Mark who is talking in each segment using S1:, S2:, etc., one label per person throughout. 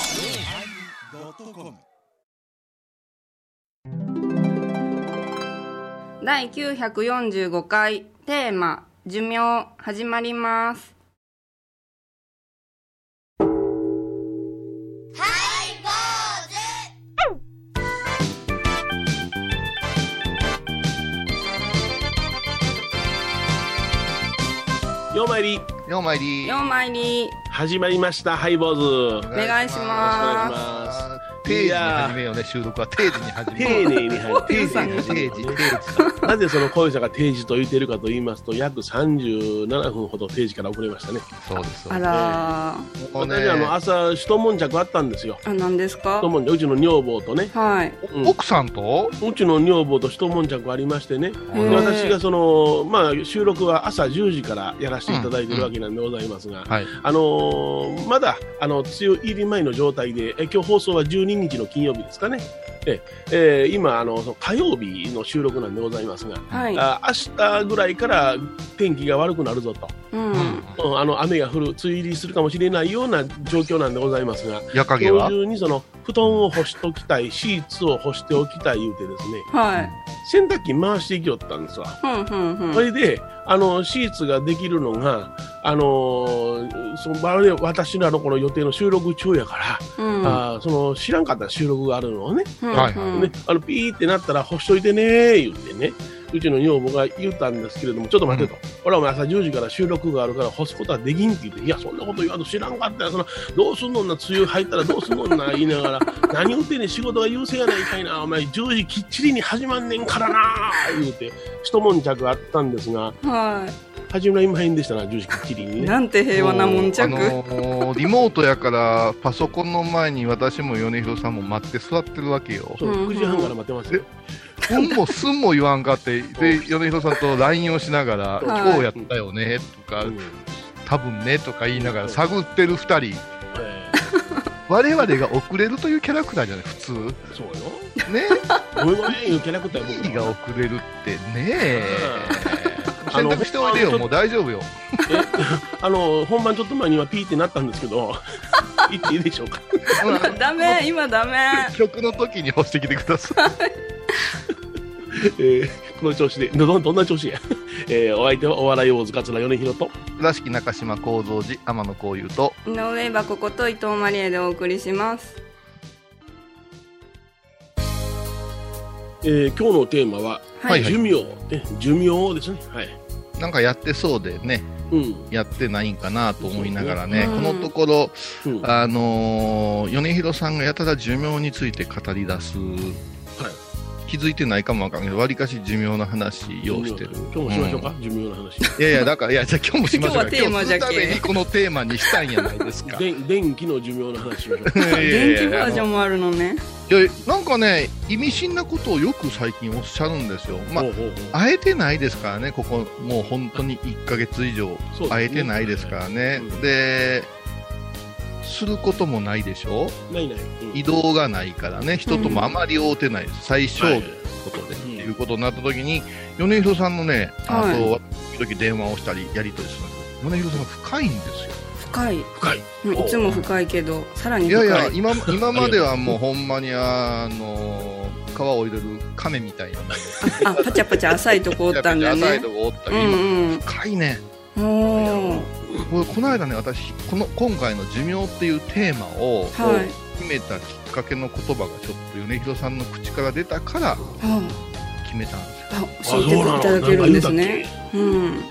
S1: yosmir
S2: 第945回テーマ「寿命」始まります
S3: ようまいり
S4: ようまいり
S2: 4枚に
S3: 始まりましたハイボーズ
S2: お願いしま
S4: 定時に始めようね収録は定時に始め
S3: 丁
S4: よう
S3: 寧に 入丁
S4: 定時
S3: 寧に
S4: 定時
S3: 始め
S4: 定
S3: る
S4: 時
S3: なぜその小遊さんが定時と言っているかと言いますと約37分ほど定時から遅れましたね
S4: そうです
S2: すあらー
S4: もうね
S3: 私あの朝一悶着あったんですよ
S2: あ何ですか
S3: 一悶着うちの女房とね
S2: はいう
S4: お
S3: ん
S4: 奥さんと
S3: うちの女房と一悶着ありましてね
S4: あ
S2: へ
S3: で
S2: ー
S3: 私がその、まあ、収録は朝10時からやらせていただいてるわけなんでございますが、
S4: はい
S3: あのーまだあの梅雨入り前の状態で、え今日放送は12日の金曜日ですかね、ええー今あの、その火曜日の収録なんでございますが、
S2: はい
S3: あ明日ぐらいから天気が悪くなるぞと、
S2: うん
S3: うんあの雨が降る、梅雨入りするかもしれないような状況なんでございますが、
S4: 夜影
S3: 今日
S4: は
S3: 中にその布団を干しておきたい、シーツを干しておきたい言うてですね、
S2: はい
S3: 洗濯機回していきよったんですわ。
S2: ふんふんふん
S3: それで、あの、シーツができるのが、あのーその、まるで私らのこの予定の収録中やから、
S2: うん
S3: あーその、知らんかった収録があるのをね、
S2: ふん
S4: はい
S2: ふ
S4: は
S2: ん
S3: ね、あの、ピーってなったら、干しといてねー、言ってね、うちの女房が言ったんですけれども、ちょっと待ってと、俺はお前朝10時から収録があるから干すことはできんって言って、いや、そんなこと言わんと知らんかったよ、その、どうすんのんな、梅雨入ったらどうすんのんな、言いながら、 何言ってんねん、仕事が優勢やないかいな、お前10時きっちりに始まんねんからなー、言うて、一悶着あったんですが、
S2: は
S3: 始まりまへんでしたな、10時きっちり
S2: い
S3: にね。
S2: なんて平和なもんちゃく
S4: あのーリモートやからパソコンの前に私も米広さんも待って座ってるわけよ
S3: そう
S2: うん
S3: 9時半から待ってますよ。
S4: うんもすんも言わんか ってで米広さんと LINE をしながら「
S3: はい
S4: 今日やったよね」とか
S3: うん
S4: 「多分ね」とか言いながら探ってる2人
S3: え
S4: 我々が遅れるというキャラクターじゃない普通
S3: ーそうよ。
S4: ね
S3: ごめんごめん、言うキャラクター
S4: 意
S3: 僕
S4: 味が
S3: は
S4: 遅れるってね
S3: あ
S4: 洗
S3: の
S4: 濯しておいで
S3: ちょっ
S4: よ
S3: と
S4: もう大丈夫よ
S3: あの、本番ちょっと前にはピーってなったんですけど、 言っていいでしょうか。
S2: ダメ今ダメ
S4: 曲の時に干してきてください
S3: えーこの調子で、ど、どどんな調子や。 えーお相手はお笑い王子桂米広と、
S4: 倉敷中島幸三寺天野幸雄と
S2: 井上箱こと伊藤マリエでお送りします
S3: えー今日のテーマは、
S4: はい
S3: 寿命、え寿命ですね。はい。
S4: なんかやってそうでね
S3: うん。
S4: やってないんかなと思いながらね、
S2: そうね
S4: このところ、
S3: うん。
S4: あのー米広さんがやたら寿命について語り出す、気づいてないかもわかんないけどわりかし寿命の話用意してる
S3: 寿命今日もしましょうか、寿命の話。
S4: いやいやだからいやじゃあ今日もしましょうか
S2: 今日はテーマじゃけ
S4: 今日するためにこのテーマにしたんやないですか。
S3: で電気の寿命の話しましょう
S4: いやいやい
S2: 電
S4: や
S2: 気バージョンもあるのね
S4: いやなんかね意味深なことをよく最近おっしゃるんですよ、 まあ
S3: ほ、うほうほう
S4: 会えてないですからねここもう本当に1ヶ月以上
S3: そうですね
S4: 会えてないですからね
S3: うん
S4: ですることもないでしょ
S3: ないない。
S4: 移動がないからね人ともあまり会うてないです、最小
S3: はい
S4: 限ということで、っていうことになった時に米広さんのねあ
S2: はい
S4: と時々電話をしたりやり取りするんですけど米広さんが深いんですよ
S2: 深い
S3: 深い。
S2: うんいつも深いけどさらに
S4: いや
S2: 深い
S4: いや 今今まではもうほんまにあの川を入れる亀みたいな
S2: あパチャパチャ浅いとこおったんだよ
S4: 浅い
S2: ね
S4: とこおった
S2: う
S4: けど今
S2: ん
S4: 深いね
S2: うんおー
S4: ここの間ね私この今回の「寿命」っていうテーマを
S2: はい
S4: 決めたきっかけの言葉がちょっと米広さんの口から出たから
S2: は
S4: 決めたんですよ
S2: あ教
S3: あ
S2: えていただけるんですね。うん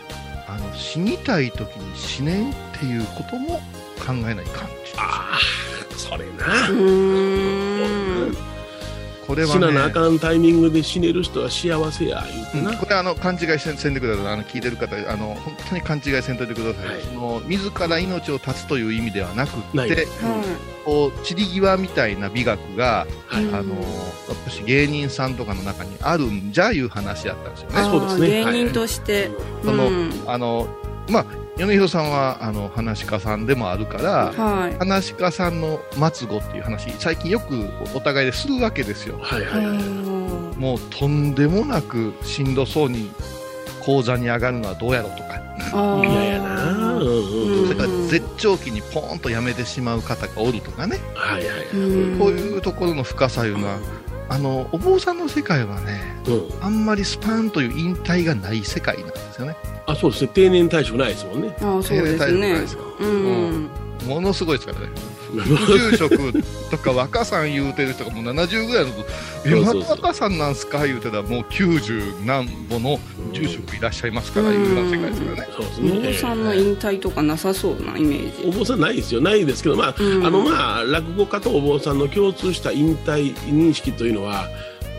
S4: あの死にたい時に死ねんっていうことも考えない感じ
S3: ああ、それ
S2: う
S3: な。
S2: ーん
S4: これは
S3: 死ななあ
S4: ね
S3: かんタイミングで死ねる人は幸せや言う
S4: う
S3: て
S4: ん
S3: な、
S4: これあの勘違いせんせんでくださいあの聞いてる方あの本当に勘違いせんといてください、
S3: はい
S4: その自ら命を絶つという意味ではなく
S3: な
S4: っ
S3: い
S4: て
S2: は
S4: こう散り際みたいな美学が
S2: いうん
S4: あの私芸人さんとかの中にあるんじゃいう話やったんですよね。
S3: そうですね
S2: あー芸人として
S4: その
S2: うん
S4: あのまあ米広さんはあの話し家さんでもあるから、
S2: はい
S4: 話し家さんの末語っていう話最近よくお互いでするわけですよ。
S3: はいはいはい、
S2: お
S4: もうとんでもなくしんどそうに講座に上がるのはどうやろうと
S2: ー
S4: か
S2: あー
S3: 嫌やなな。うんうん
S2: う
S3: うんん。
S4: それから絶頂期にポーンとやめてしまう方がおるとかね、
S3: はいはいはい。
S2: うん
S4: こういうところの深さいうのは、あのお坊さんの世界はね、
S3: うん。
S4: あんまりスパンという引退がない世界なんですよね。
S3: あ、そうですね。定年退職ないですもんね。
S2: ああそうです
S4: 定年退職ない
S2: ね
S4: ですか
S2: うん
S4: ものすごいで すからね。宇宙食とか若さん言うてる人がもう70ぐらいの「え
S3: そう
S4: ま
S3: そうそう
S4: た若さんなんすか?」言うてたらもう90何歩の住職いらっしゃいますから
S2: うん
S4: いうような世界ですからね。
S3: そうですね。
S2: お坊さんの
S3: ええ
S2: 引退とかなさそうなイメー
S3: お
S2: ジ
S3: 坊さんないですよ。ないですけど、まあ、
S2: うん
S3: あの、まあ、落語家とお坊さんの共通した引退認識というのは、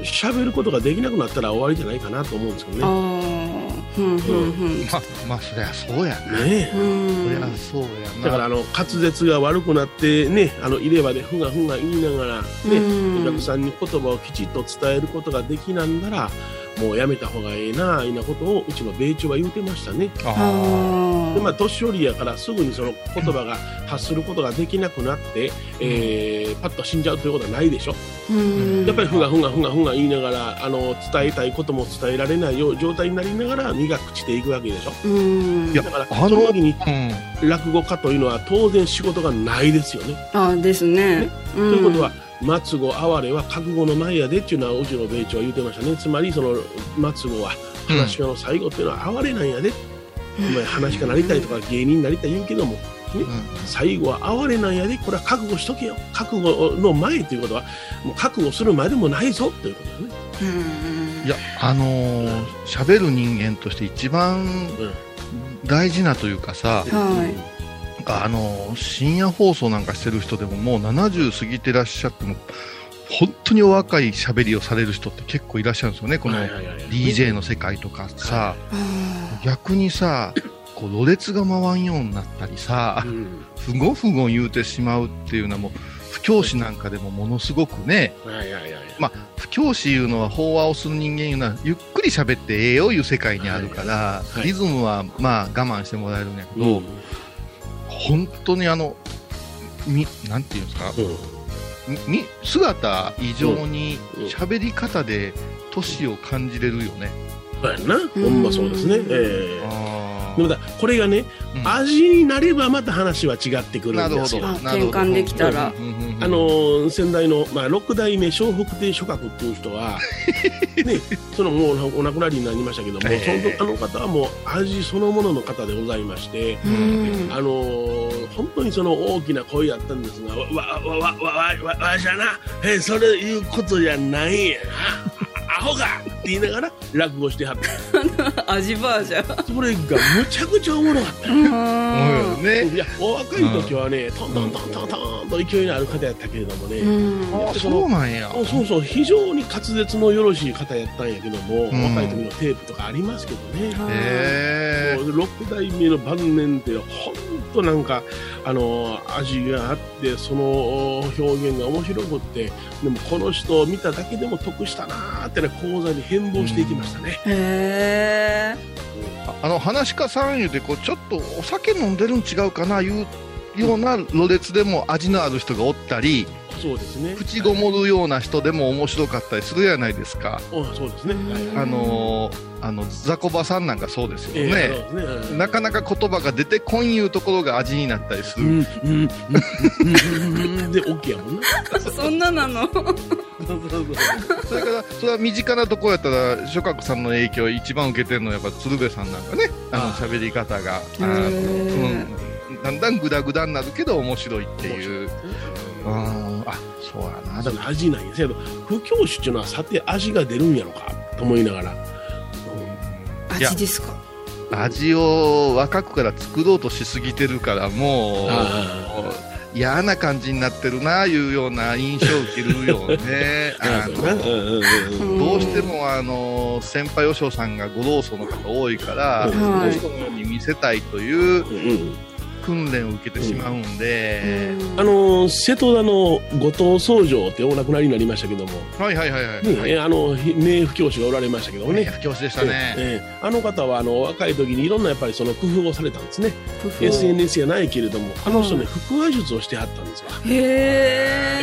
S3: 喋ることができなくなったら終わりじゃないかなと思うんですけ
S2: あ
S3: どね。
S2: あふんふんふん
S4: まあまあそりゃそうやな。
S3: ねえ
S2: うん
S4: そりゃそうやな。
S3: だからあの滑舌が悪くなってねあの入れ歯でふがふが言いながら、ね
S2: うん
S3: お客さんに言葉をきちっと伝えることができなんならもうやめた方がええなあいうなことをうちの米朝は言うてましたね
S4: あー
S2: あ
S3: で、まあ、年寄りやからすぐにその言葉が発することができなくなって、えーパッと死んじゃうということはないでしょ
S2: うん
S3: やっぱりふがふがふがふが言いながらあの伝えたいことも伝えられないよう状態になりながら苦くしていくわけでしょ
S2: うん
S4: いや
S3: だから
S4: あの
S3: その時に
S4: うん
S3: 落語家というのは当然仕事がないですよね
S2: あですねと
S3: ということは、末後哀れは覚悟の前やでっていうのは、うちの米朝は言うてましたね。つまり、その末後は、話し家の最後っていうのは哀れなんやで。お前、話し家なりたいとか芸人になりたい言うけども、
S4: う
S3: 最後は哀れなんやで、これは覚悟しとけよ。覚悟の前ということは、もう覚悟するまでもないぞということだね。
S4: んいやあのー喋る人間として一
S3: う
S4: 番
S3: ん
S4: 大事なというかさ、
S2: はい
S4: なんかあの深夜放送なんかしてる人でももう70過ぎてらっしゃっても本当にお若い喋りをされる人って結構いらっしゃるんですよねこの
S3: はいはいはい
S4: DJ の世界とかさ
S2: あ
S4: 逆にさこうろれつが回んようになったりさ
S3: うん
S4: ふごふご言うてしまうっていうのはもう不教師なんかでもものすごくね
S3: はいはいはいはい
S4: まあ不教師いうのは法話をする人間いうのはゆっくり喋ってええよいう世界にあるから
S3: いはい
S4: リズムはまあ我慢してもらえるんやけど、
S3: うん
S4: 本当にあの、み、なんていうんですか、
S3: うん
S4: み、み姿以上に
S3: うんうん
S4: 喋り方で年を感じれるよね。
S3: そうやんな。ほんまそうですね。
S2: うん
S3: ええ
S4: あ
S3: でもだ、これがね、
S4: あ、
S3: 味になればまた話は違ってく
S4: な
S3: るん
S4: る
S3: で
S4: ほ
S3: す
S4: ど
S3: よ。。
S4: なるほど
S2: 転換できたら
S4: うんうんうん
S3: あのー先代の、まあ、六代目笑福亭諸閣っていう人は、ね、そのもうお亡くなりになりましたけども、
S4: ええ
S3: そのあの方はもう味そのものの方でございまして、
S2: ーうん
S3: あのー本当にその大きな声やったんですが「わわわわわわわじゃなえそれいうことじゃないんや なアホか!」って言いながら落語してはった
S2: 味バージャー
S3: それがむちゃくちゃおもろかった。
S4: うんね。
S3: いやお若い時はね、トントントントントンと勢いのある方やったけれどもね、
S2: うん
S4: あ、そうなんや。
S3: あそうそう非常に滑舌のよろしい方やったんやけども、
S4: ん
S3: 若い時のテープとかありますけどね、
S4: へ
S3: も
S4: え。
S3: う6代目の晩年ってほんとなんかあの味があってその表現が面白くってでもこの人を見ただけでも得したなーってね講座に変貌していきましたね、
S2: へえ
S4: あの、話し家さん言うて、こう、ちょっとお酒飲んでるん違うかな、いう。ようなろれつでも味のある人がおったり
S3: そうですね
S4: 口ごもるような人でも面白かったりするじゃないですか。
S3: うんそうですね、はい
S4: あのーあのザコバさんなんかそうです
S3: えー
S4: よね、
S3: そうですね
S4: なかなか言葉が出てこんいうところが味になったりす
S3: う
S4: る、
S3: んうんうんうんで OK やもんな
S2: そんななの
S4: それからそれは身近なところやったら諸角さんの影響を一番受けてるのはやっぱ鶴瓶さんなんかねあの喋り方があの
S2: へ
S4: うんだんだんグダグダになるけど面白いっていううんあそうやな
S3: あだから味ないんですけど不教師っていうのはさて味が出るんやろかと思いながら、
S4: いや
S2: 味ですか
S4: 味を若くから作ろうとしすぎてるからもう
S3: あ
S4: 嫌な感じになってるなあいうような印象を受けるよ ねあ
S3: うん
S4: の
S3: うんうんうん
S4: どうしてもあの先輩和尚さんがご老僧の方多いから、
S3: うん
S4: その人のように見せたいという
S3: うん
S4: 訓練を受けてしまうんで、
S3: あのー瀬戸田の後藤宗丞ってお亡くなりになりましたけども、
S4: はいはいはいはい、
S3: ね
S4: はい、
S3: あのひ名不教師がおられましたけどもね、
S4: 不教師でしたね、
S3: ええあの方はあの若い時にいろんなやっぱりその工夫をされたんですね、
S2: 工夫
S3: SNS やないけれどもあの人
S2: う
S3: ね腹話術をしてはったんですわ、
S2: へえ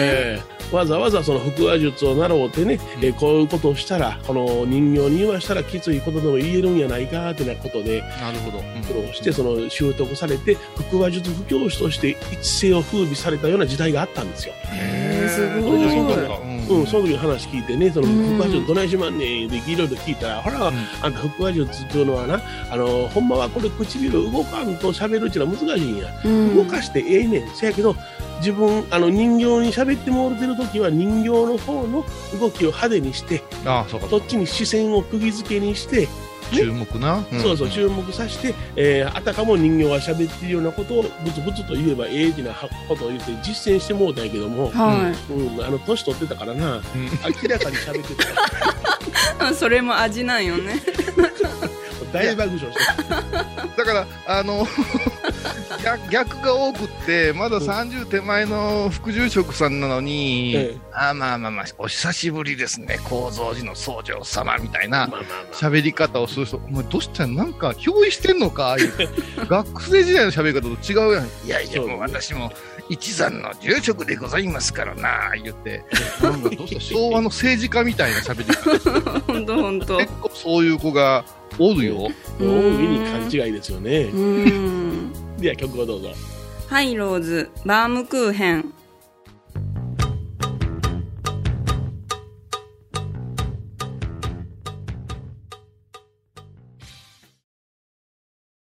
S3: ええわざわざその腹話術を習うてね、ええこういうことをしたらこの人形に言わしたらきついことでも言えるんやないかってなことで
S4: なるほど、うん
S3: 苦労してその習得されて腹話術不教師として一世を風靡されたような時代があったんですよ、
S2: へーす
S4: こ
S2: ご
S4: れ
S2: い
S4: じゃいいんだった
S3: うん、その時の話聞いてね、その
S2: うん
S3: 腹話術どないしまんねんっていろいろ聞いたら、ほら、
S4: ん
S3: あんた腹話術っていうのはな、あの、ほんまはこれ唇動かんと喋るっていうのは難しいんや。動かしてええねん。せやけど、自分、あの人形に喋ってもらってる時は人形の方の動きを派手にして、
S4: ああそうか
S3: そっちに視線を釘付けにして、
S4: 注目な、ん
S3: そうそう、注目させて、えーあたかも人形が喋ってるようなことをブツブツと言えばええってなことを言って実践してもうたんやけども、
S2: は
S3: うん、あの、年取ってたからな、
S4: うん
S3: 明らかに喋って た。
S2: いそれも味なんよね
S3: 大爆笑して
S4: だからあの 逆逆が多くってまだ30手前の副住職さんなのに、
S3: ええ
S4: あまあまあまあお久しぶりですね構造寺の僧侶様みたい
S3: まあ
S4: な
S3: まあまあ
S4: 喋り方をする人お前どうしたんなんか憑依してんのか 言うて学生時代の喋り方と違うやんいやいや
S3: そう
S4: もう私も一山の住職でございますからな 言ってなんかどうした昭和の政治家みたいな喋り方
S2: 本当本当
S4: 結構そういう子がおるよ。
S3: 大いに勘違いですよね
S2: うん
S3: では曲をどうぞ
S2: ハイローズバームクーヘン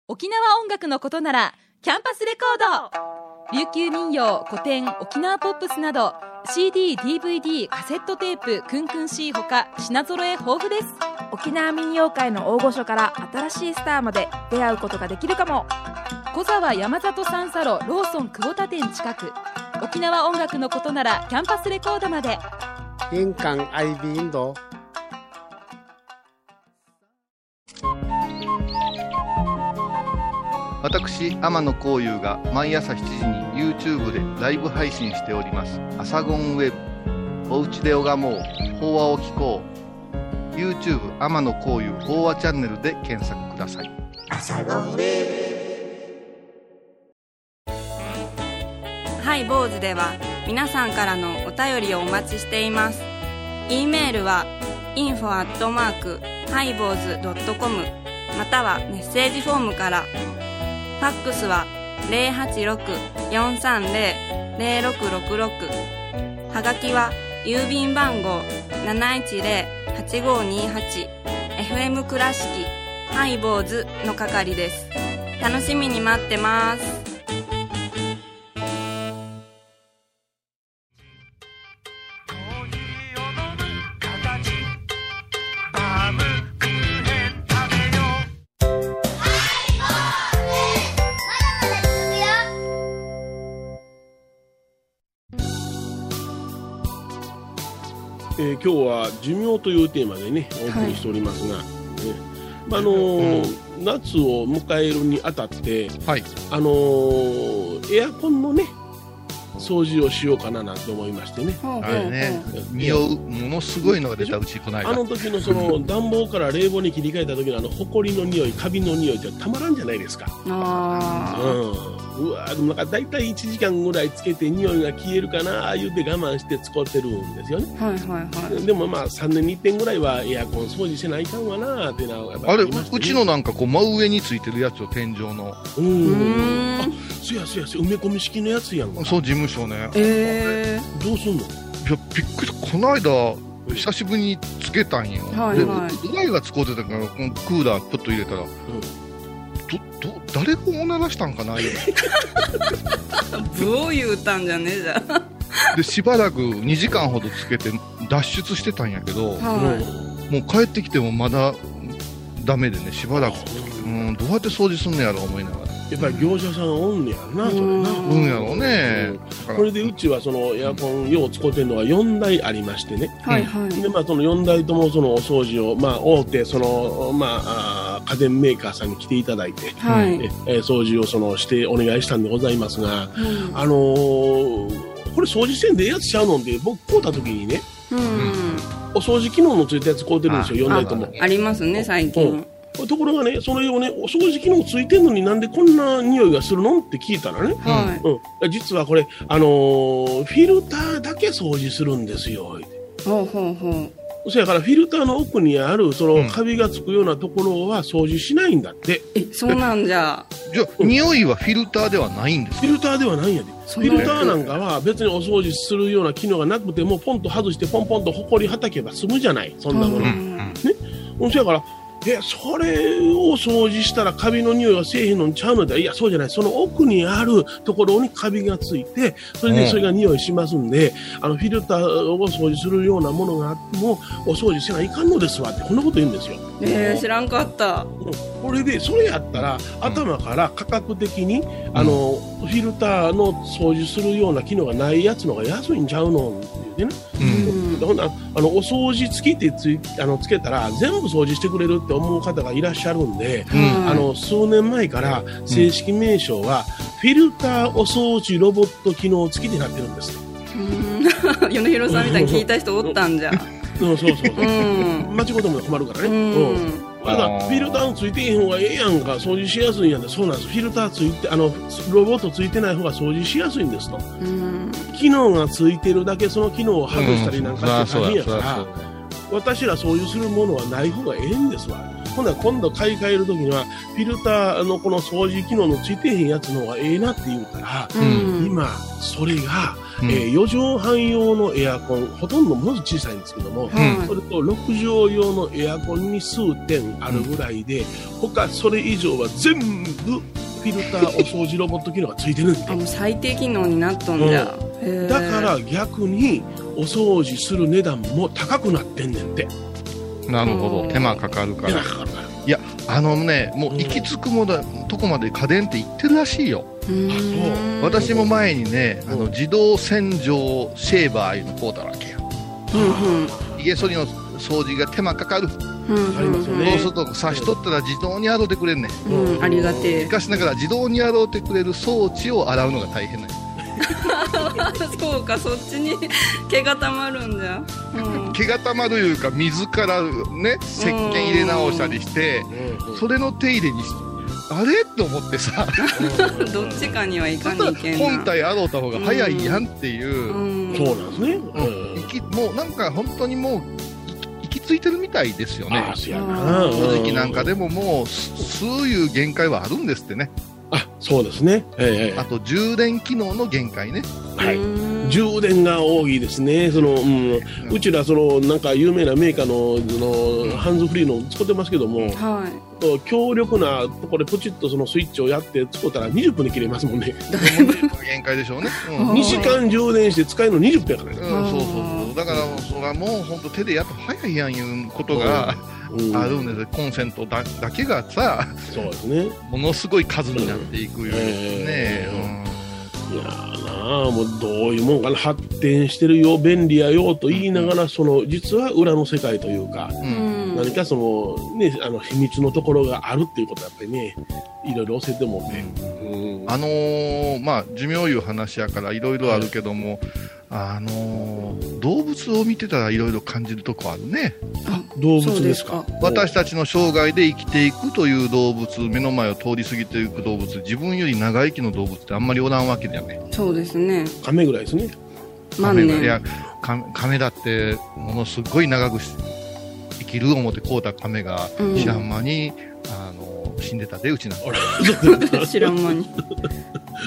S1: 沖縄音楽のことならキャンパスレコード琉球民謡古典沖縄ポップスなど CDDVD カセットテープクンクン C ほか品揃え豊富です
S5: 沖縄民謡界の大御所から新しいスターまで出会うことができるかも
S1: 小沢山里三佐路ローソン久保田店近く沖縄音楽のことならキャンパスレコードまで
S6: 印鑑 IB インド
S4: 私天野幸雄が毎朝7時に YouTube でライブ配信しております「アサゴンウェブ」「おうちで拝もう法話を聞こう」YouTube 天野幸雄法話チャンネルで検索ください
S2: ハイボーズでは皆さんからのお便りをお待ちしています。e メールは info アットマークハイボーズドットコムまたはメッセージフォームから。ファックスは086-430-0666はがきは郵便番号710-8528 FM 倉敷ハイボーズの係です。楽しみに待ってます。
S3: えー今日は「寿命」というテーマでねお送りしておりますが、ねまああのー夏を迎えるにあたって、
S4: はい
S3: あのーエアコンのね掃除をしようかななんて思いましてね
S2: ほうほうほう
S4: あれね匂うものすごいのが出たうちこの
S3: あ
S4: 間
S3: の時のその暖房から冷房に切り替えた時のあの埃の匂いカビの匂いってたまらんじゃないですか
S2: あー
S3: うん、うわーでもなんか大体1時間ぐらいつけて匂いが消えるかなあ言うて我慢して使ってるんですよね
S2: はいはいはい。
S3: でもまあ3年に1遍ぐらいはエアコン掃除せないかんわなあってなやっぱ
S4: あ
S3: り
S4: れう
S3: りましたね
S4: うちのなんかこう真上についてるやつを天井の
S3: う
S2: うー
S3: ん
S2: ん。
S3: そやそやそや埋め込み式のやつやんか
S4: そう事務所ね
S2: え
S3: どうすんの
S4: いやびっくりこの間久しぶりにつけたんよ、
S2: はいはい
S4: でドライが使うてたからこのクーラーちょっと入れたら、どど誰がおならしたんかな言うて
S2: ー、ブを言うたんじゃねえじゃん。
S4: でしばらく2時間ほどつけて脱出してたんやけど、
S2: はい。
S4: もう帰ってきてもまだダメでねしばらく、うん、どうやって掃除すんのやろ思いながら
S3: やっぱり業者さんおんねやなそれな
S2: う
S4: うんやろね
S3: うん
S4: だから
S3: これでうちはそのエアコンよう使ってるのが4台ありましてね
S2: はいはい。
S3: でまあ、その4台ともそのお掃除を、まあ、大手その、まあ、あー家電メーカーさんに来ていただいて、
S2: はい
S3: ええ掃除をそのしてお願いしたんでございますが、
S2: うん
S3: あのーこれ掃除してんでええやつちゃうのんで僕買うた時にね
S2: うん
S3: お掃除機能のついたやつ買うてるんですよ4台とも。
S2: ありますね最近
S3: ところがね、それをね、お掃除機能ついてんのになんでこんな匂いがするのって聞いたらね、
S2: はい
S3: うん、実はこれ、あのーフィルターだけ掃除するんですよ。
S2: ほうほうほう
S3: そやからフィルターの奥にあるそうの
S4: ん
S3: カビがつくようなところは掃除しないんだって、
S2: えそうなんじゃ
S4: じゃあ、匂いはフィルターではないんですか
S3: フィルターではないんやで
S2: そ
S3: フ
S2: うなん
S3: ィ
S2: だ
S3: ルターなんかは別にお掃除するような機能がなくてもポンと外してポンポンとほこりはたけば済むじゃないそんなも
S2: う
S3: の、
S2: ん
S3: うん、そやからえそれを掃除したらカビの匂いがせえへんのんちゃうのだいやそうじゃないその奥にあるところにカビがついてそれ
S4: う
S3: で
S4: ん
S3: それが匂いしますんで、あのフィルターを掃除するようなものがあってもお掃除せないかんのですわってこんなこと言うんですよ
S2: えー知らんかった
S3: うんこれでそれやったら頭から価格的に、あのフィルターの掃除するような機能がないやつの方が安いんちゃうのって言うてね、
S4: う。
S2: うんん
S3: ほんならあのお掃除付きってついあのつけたら全部掃除してくれるって思う方がいらっしゃるんで、
S4: うん
S3: あの数年前から正式名称は、フィルターお掃除ロボット機能付きになってるんです。
S2: うん 米広さんみたいに聞いた人おったんじゃ
S3: うん、そうそう
S2: う。ん
S3: 間違うても困るからね。
S2: う
S3: うん
S2: ん
S3: まだフィルターついてへん方がええやんか、掃除しやすいんやで、そうなんです、フィルターついて、あのロボットついてない方が掃除しやすいんですと、
S2: うん
S3: 機能がついてるだけ、その機能を外したりなんかして
S4: う
S3: 大変
S4: ん
S3: やから、私らそういうするものはない方がええんですわ。ほんなら今度買い替えるときには、フィルターのこの掃除機能のついてへんやつの方がええなって言うたら、
S2: うん
S3: 今、それが、
S4: うん
S3: えー4畳半用のエアコン、ほとんどもう小さいんですけど
S2: は
S3: も、
S2: い
S3: それと6畳用のエアコンに数点あるぐらいで、他それ以上は全部フィルターお掃除ロボット機能がついてるんで
S2: あもう最低機能になっとんじゃへー
S3: だから逆にお掃除する値段も高くなってんねんって
S4: なるほど。手間かかるか
S3: 手が
S4: ら。
S3: かかるから
S4: あのね、もう行き着くもだ、とこまで家電って行ってるらしいよ。
S2: うん
S4: 私も前にね、あ
S3: う
S4: の
S3: ん
S4: 自動洗浄シェーバーいうのこうたわけや。
S2: うん
S4: ひげ剃りの掃除が手間かかる。そ
S2: うん
S3: ありますよね
S4: うすると差し取ったら自動に洗うてくれんねん。
S2: うんうんありがてえ
S4: しかしながら自動に洗うてくれる装置を洗うのが大変なんや
S2: そうかそっちに 毛がたまるんじゃうん
S4: 毛がたまるいうか水からね石鹸入れ直したりしてそれの手入れにしあれと思ってさ
S2: どっちかにはいかにいけんな
S4: 本体洗うた方が早いやんっていうう、
S2: ん
S3: そうなんですね、う
S4: 行
S3: ん
S4: きもうなんか本当にもう行き行き着いてるみたいですよ
S3: あ
S4: ね
S3: あそうやな
S2: 正
S4: 正直なんか
S3: で
S4: でももうすそういう限界はあるんですってね
S3: あそうですねええ
S4: あと充電機能の限界ね
S3: はい
S2: うん
S3: 充電が多いですね、そのうん、うちらそのなんか有名なメーカーのそのハンズフリーの使ってますけども、
S2: はい
S3: 強力なところでポチッとそのスイッチをやって使ったら20分で切れますもんね、
S4: 限界でしょうね、う
S2: うん
S4: ん
S3: 2時間充電して使えるの20分やからね、
S4: うん、そうそうそうだからそれはもう本当手でやっと早いやんいうことが
S3: うん
S4: あるんですよコンセントだだけがさ
S3: そうですね、い
S4: ものすごい数になっていくよね、
S3: やーなあもうどういうもんかな、発展してるよ、便利やよと言いながら、その実は裏の世界というか、
S4: うんう
S2: うんん
S3: 何かその、ね、あの秘密のところがあるっていうことはやっぱりね、いろいろ教えてもね。うん
S4: あのーまあ寿命いう話やからいろいろあるけども、あのー動物を見てたらいろいろ感じるとこあるね
S3: 動
S2: そ
S3: 物
S2: う
S3: で
S2: ですす
S3: か
S2: か。
S4: 私たちの生涯で生きていくという動物目の前を通り過ぎていく動物自分より長生きの動物ってあんまりおらんわけじゃない
S2: そうですね
S3: カメぐらいですね。
S4: カ
S2: 万
S4: メ
S2: 年
S4: がいやカメカメだってものすごい長くし生きる思ってこうたカメが
S2: うん
S4: 知らん間に、あの死んでたでうちなんか
S3: あ ら、
S2: 知らん間に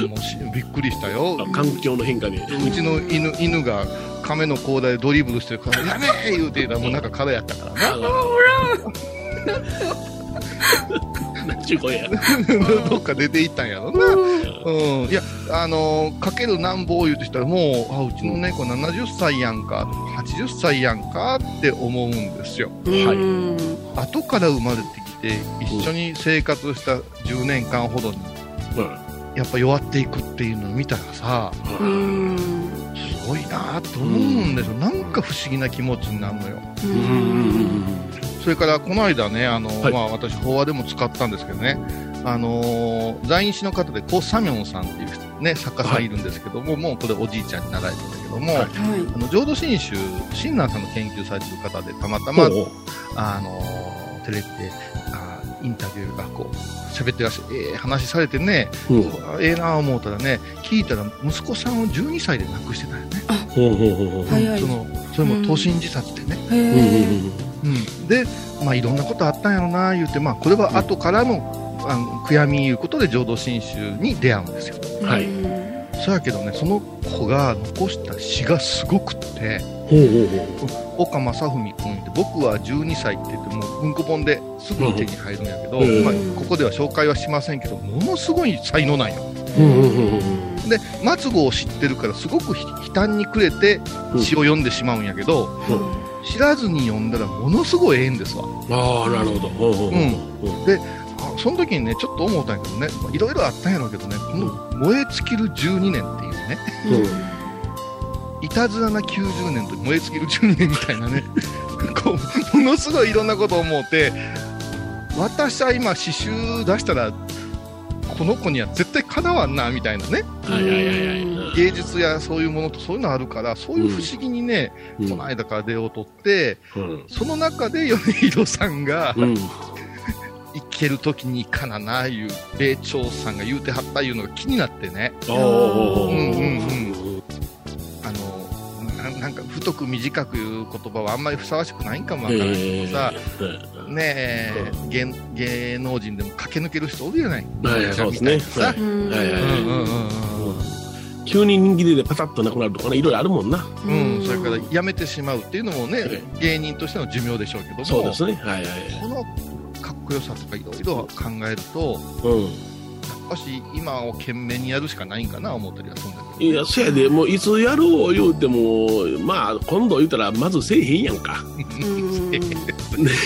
S4: もうしびっくりしたよ
S3: 環境の変化で。
S4: うちの犬犬がカメの甲台でドリブルしてるから「やべえ!」言うてたらもうなんか空やったから
S3: あ ら。なんちゅう声や。
S4: どっか出て行ったんやろな、うん、いやあのーかけるなんぼ言うてしたらもうあうちの猫70歳やんか80歳やんかって思うんですよ
S3: はい
S2: うん
S4: 後から生まれてきて一緒に生活した10年間ほどにやっぱ弱っていくっていうのを見たらさ
S2: う
S3: うん
S2: ん
S4: すごいなと思うんですよ、なんか不思議な気持ちになるのよ
S2: う
S3: うんうん
S2: ん
S4: それからこの間ね、あの
S3: はい
S4: まあ、私、法話でも使ったんですけどね、あのー在日の方でコ・サミョンさんっていう人、ね、作家さ
S3: は
S4: ん
S3: い
S4: いるんですけども、もうこれおじいちゃんになられてたんだけども、
S3: はい
S2: はい
S4: あの浄土真宗、親鸞さんの研究されてる方で、たまたま、
S3: ほう
S4: あのーテレビであーインタビューがこう喋ってらっしゃええ話されてね、
S3: ほう
S4: ええなあ思うたらね、聞いたら息子さんを12歳で亡くしてたよね。
S3: ほうほうほうほう
S2: 早い
S4: そのそれも投身自殺でね、
S2: へ
S3: うんうんう
S2: え
S3: ん
S4: うん、で、まあ、いろんなことあったんやろな言うて、まあ、これは後からも、あの悔やみいうことで浄土真宗に出会うんですよ
S3: うんはい
S4: そやけどねその子が残した詩がすごくって
S3: ほうほうほう
S4: 岡正文君って僕は12歳って言ってもう文庫本ですぐに手に入るんやけど、
S3: うん
S4: まあ、ここでは紹介はしませんけどものすごい才能なんよ
S3: うんうんうんうん
S4: で末語を知ってるからすごくひ悲嘆にくれて詩を読んでしまうんやけど、
S3: うん
S4: 知らずに読んだらものすごいええんですわ
S3: ああなるほどほうほうほう
S4: うん
S3: ほう
S4: あその時にねちょっと思ったんやけどねまあいろいろあったんやろうけどねこの「燃え尽きる12年」っていうねいたずらな90年と燃え尽きる12年みたいなね こうものすごいいろんなことを思うて私は今刺繍出したらこの子には絶対かなわんなみたいなね
S3: はいはいはいはい
S4: 芸術やそういうものとそういうのあるからそういう不思議にね、
S3: うん
S4: この間から出を取って
S3: うん
S4: その中で米広さんが
S3: うん
S4: 行ける時に行かなないう米朝さんが言うてはったいうのが気になってね
S3: おーおーおーお
S4: うん
S3: ー
S4: うんあのななんか太く短くいう言葉はあんまりふさわしくないんかもわからないけどさ、
S3: え
S4: ねえ、芸芸能人でも駆け抜ける人おるじゃない、
S3: えはいはいそうですね
S4: さ
S3: はいはいは
S4: う
S3: い
S4: ん
S3: はい
S4: うんうんうん
S3: 急に人気出てパタッとなくなるとかねいろいろあるもんな
S4: うん、それから辞めてしまうっていうのもね
S3: え
S4: 芸人としての寿命でしょうけども
S3: そうですねはいはい
S4: このかっこよさとかいろいろ考えると
S3: うん
S4: 少し今を懸命にやるしかないんかな思ったりはするんだけ
S3: いやそやでもういつやろう言うてもまあ今度言うたらまずせえへんやんかね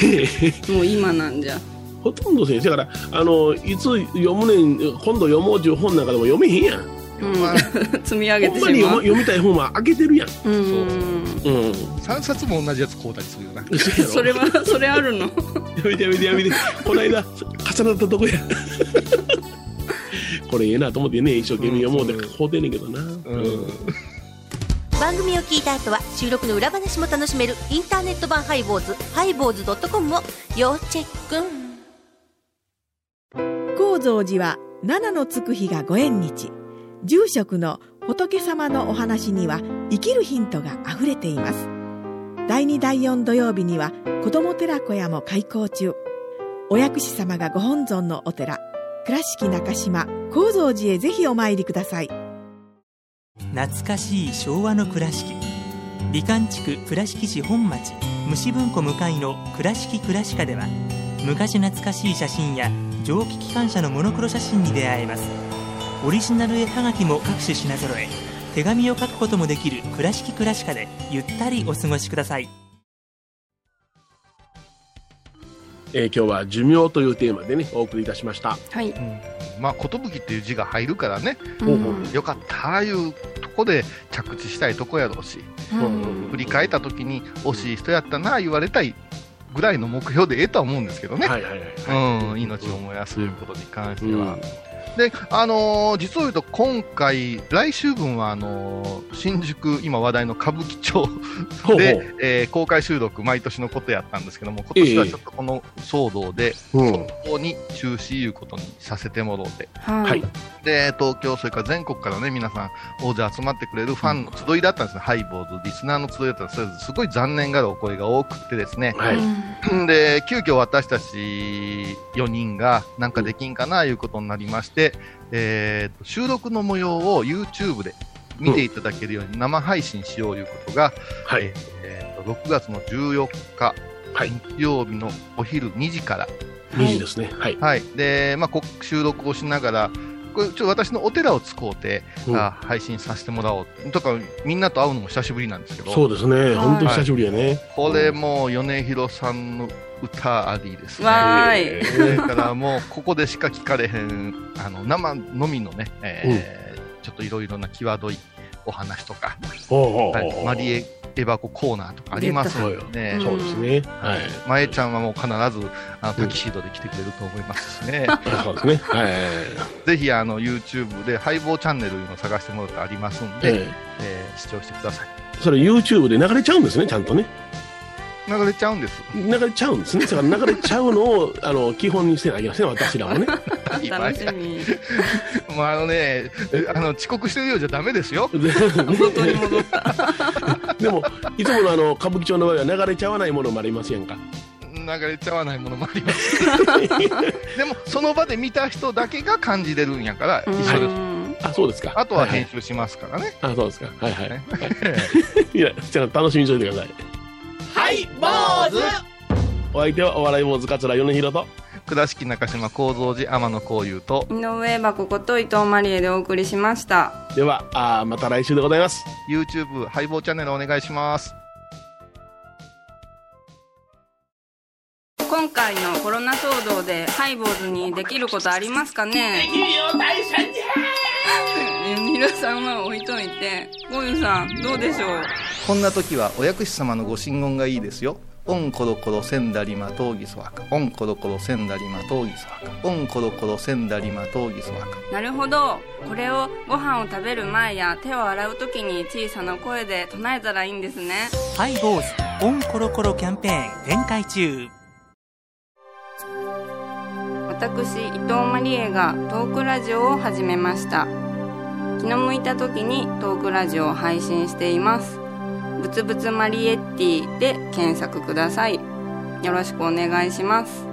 S3: え
S2: もう今なんじゃ
S3: ほとんど先生からあのいつ読むねん今度読もうっていう本なんかでも読めへんやん
S4: ど、
S2: うん
S4: まあ、
S2: 積み上げ
S3: ほ
S2: て
S3: んまに
S2: しま
S3: 読ま
S2: う
S3: 読みたい本は開けてるやん
S2: うん
S3: うん
S4: 3冊も同じやつ買うたりす るよな
S3: そ
S2: それ
S3: や
S2: はそれあるの
S3: ろやめてやめてやめてこの間重なったとこや これええなと思ってね一生懸命読もうて
S4: うん
S3: 買うてんねんけどな
S4: うん
S7: 番組を聞いた後は収録の裏話も楽しめるインターネット版ハイボーズハイボーズ .com を要チェック
S8: 高蔵寺は七のつく日がご縁日住職の仏様のお話には生きるヒントがあふれています第2第4土曜日には子ども寺小屋も開校中お薬師様がご本尊のお寺倉敷中島・高蔵寺へぜひお参りください
S9: 懐かしい昭和の倉敷美観地区倉敷市本町虫文庫向かいの「倉敷倉歯科」では昔懐かしい写真や蒸気機関車のモノクロ写真に出会えますオリジナル絵はがきも各種品揃え手紙を書くこともできる「倉敷倉歯科」でゆったりお過ごしください
S3: えー今日は寿命というテーマでねお送りいたしました
S2: はい
S4: まあ「寿」っていう字が入るからね
S3: ほうほう
S4: よかったいうとこで着地したいとこやろうし振り返った時に惜しい人やったな言われたいぐらいの目標でええとは思うんですけどね、
S3: はいはいはい
S4: うん、命を燃やすいうことに関しては。で、あのー実を言うと今回、来週分はあのー新宿、今話題の歌舞伎
S3: ほ
S4: 町
S3: うほう
S4: で、えー公開収録、毎年のことやったんですけども、今年はちょっとこの騒動で、
S3: うん
S4: ここに中止いうことにさせてもろうて、
S2: は
S3: はい
S2: い
S4: で東京、それから全国からね皆さん大勢集まってくれるファンの集いだったんですね、ハイボーズ、リスナーの集いだったんですそれですごい残念がるお声が多くてで すね、
S3: はい
S4: で急遽私たち4人がなんかできんかないうことになりまして、えーと収録の模様を YouTube で見ていただけるように生配信しよういうことが、
S3: はい
S4: えーと6月の14日、
S3: はい
S4: 日曜日のお昼2時から。
S3: 2時ですねはい
S4: はいでまあ、こ収録をしながら、これちょっと私のお寺を使うて、
S3: うん
S4: あ配信させてもらおうとか、みんなと会うのも久しぶりなんですけ
S3: そ
S4: ど、
S3: うですね本当に久しぶりやね
S4: これもう米広さんの歌ありですね。
S2: わはーい
S3: え
S4: それからもうここでしか聞かれへんあの生のみのね、えーちょっといろいろな際どいお話とか、
S3: ーほうほうほう
S4: はいマリエエバココーナーとかあります
S3: そうよ。
S4: ので、
S3: そうですね。はい。
S4: まえちゃんはもう必ずあのタキシードで来てくれると思いま すしね、
S3: そうですね。はい。
S4: ぜひあの YouTube でハイボーチャンネルを探してもらってありますんで、
S3: え
S4: えー視聴してください。
S3: えそれ YouTube で流れちゃうんですね、ちゃんとね。
S4: 流れちゃうんです。
S3: 流れちゃうんですね。だから流れちゃうのを、 あの、基本にしてないけません、私らもね。
S2: 楽しみ。
S4: もうあのね、あの遅刻してるようじゃダメですよ。
S2: 本当に戻った。
S3: でも、いつものあの、歌舞伎町の場合は流れちゃわないものもありませんか。
S4: 流れちゃわないものもあります。 でもその場で見た人だけが感じれるんやから一緒です。
S2: うん
S3: あ、そうですか。
S4: あとは
S3: はい
S4: 編集しますからね。
S3: はいあ、そうですか。はいはい。
S4: ね
S3: いや、じゃあ楽しみにしといてください。はい、坊主お相手はお笑い坊主桂米広と。
S4: 倉敷中島幸三寺天野幸雄と
S2: 井上箱こと伊藤マリエでお送りしました。
S3: では、あーまた来週でございます。
S4: YouTube ハイボーチャンネルお願いします。
S2: 今回のコロナ騒動でハイボーズにできることありますかねできるよ大社じゃ皆さんは置いといてゴユさんどうでしょう
S4: こんな時はお薬師様のご神言がいいですよ。オンコロコロセンダリマトウギソワカ。オンコロコロセンダリマトウギソワカ。オンコロコロセンダリマトウギソワカ。
S2: なるほどこれをご飯を食べる前や手を洗う時に小さな声で唱えたらいいんですね
S9: ハイボーズオンコロコロキャンペーン展開中
S2: 私伊藤マリエがトークラジオを始めました気の向いた時にトークラジオを配信していますぶつぶつマリエッティで検索くださいよろしくお願いします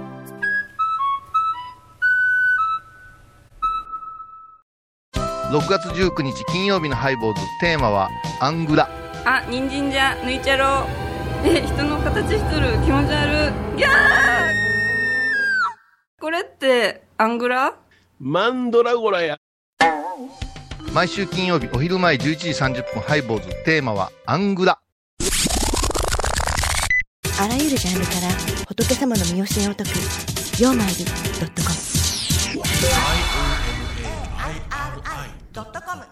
S4: 6月19日金曜日のハイボーズテーマはアングラ。
S2: あ人参じゃ抜いちゃろうえ人の形しとる気持ち悪いギャーこれってアングラ
S3: マンドラゴラや。
S4: 毎週金曜日お昼前11時30分ハイボーズテーマはアングラ。
S10: あらゆるジャンルから仏様の身教えを解く「曜マイルドットコム」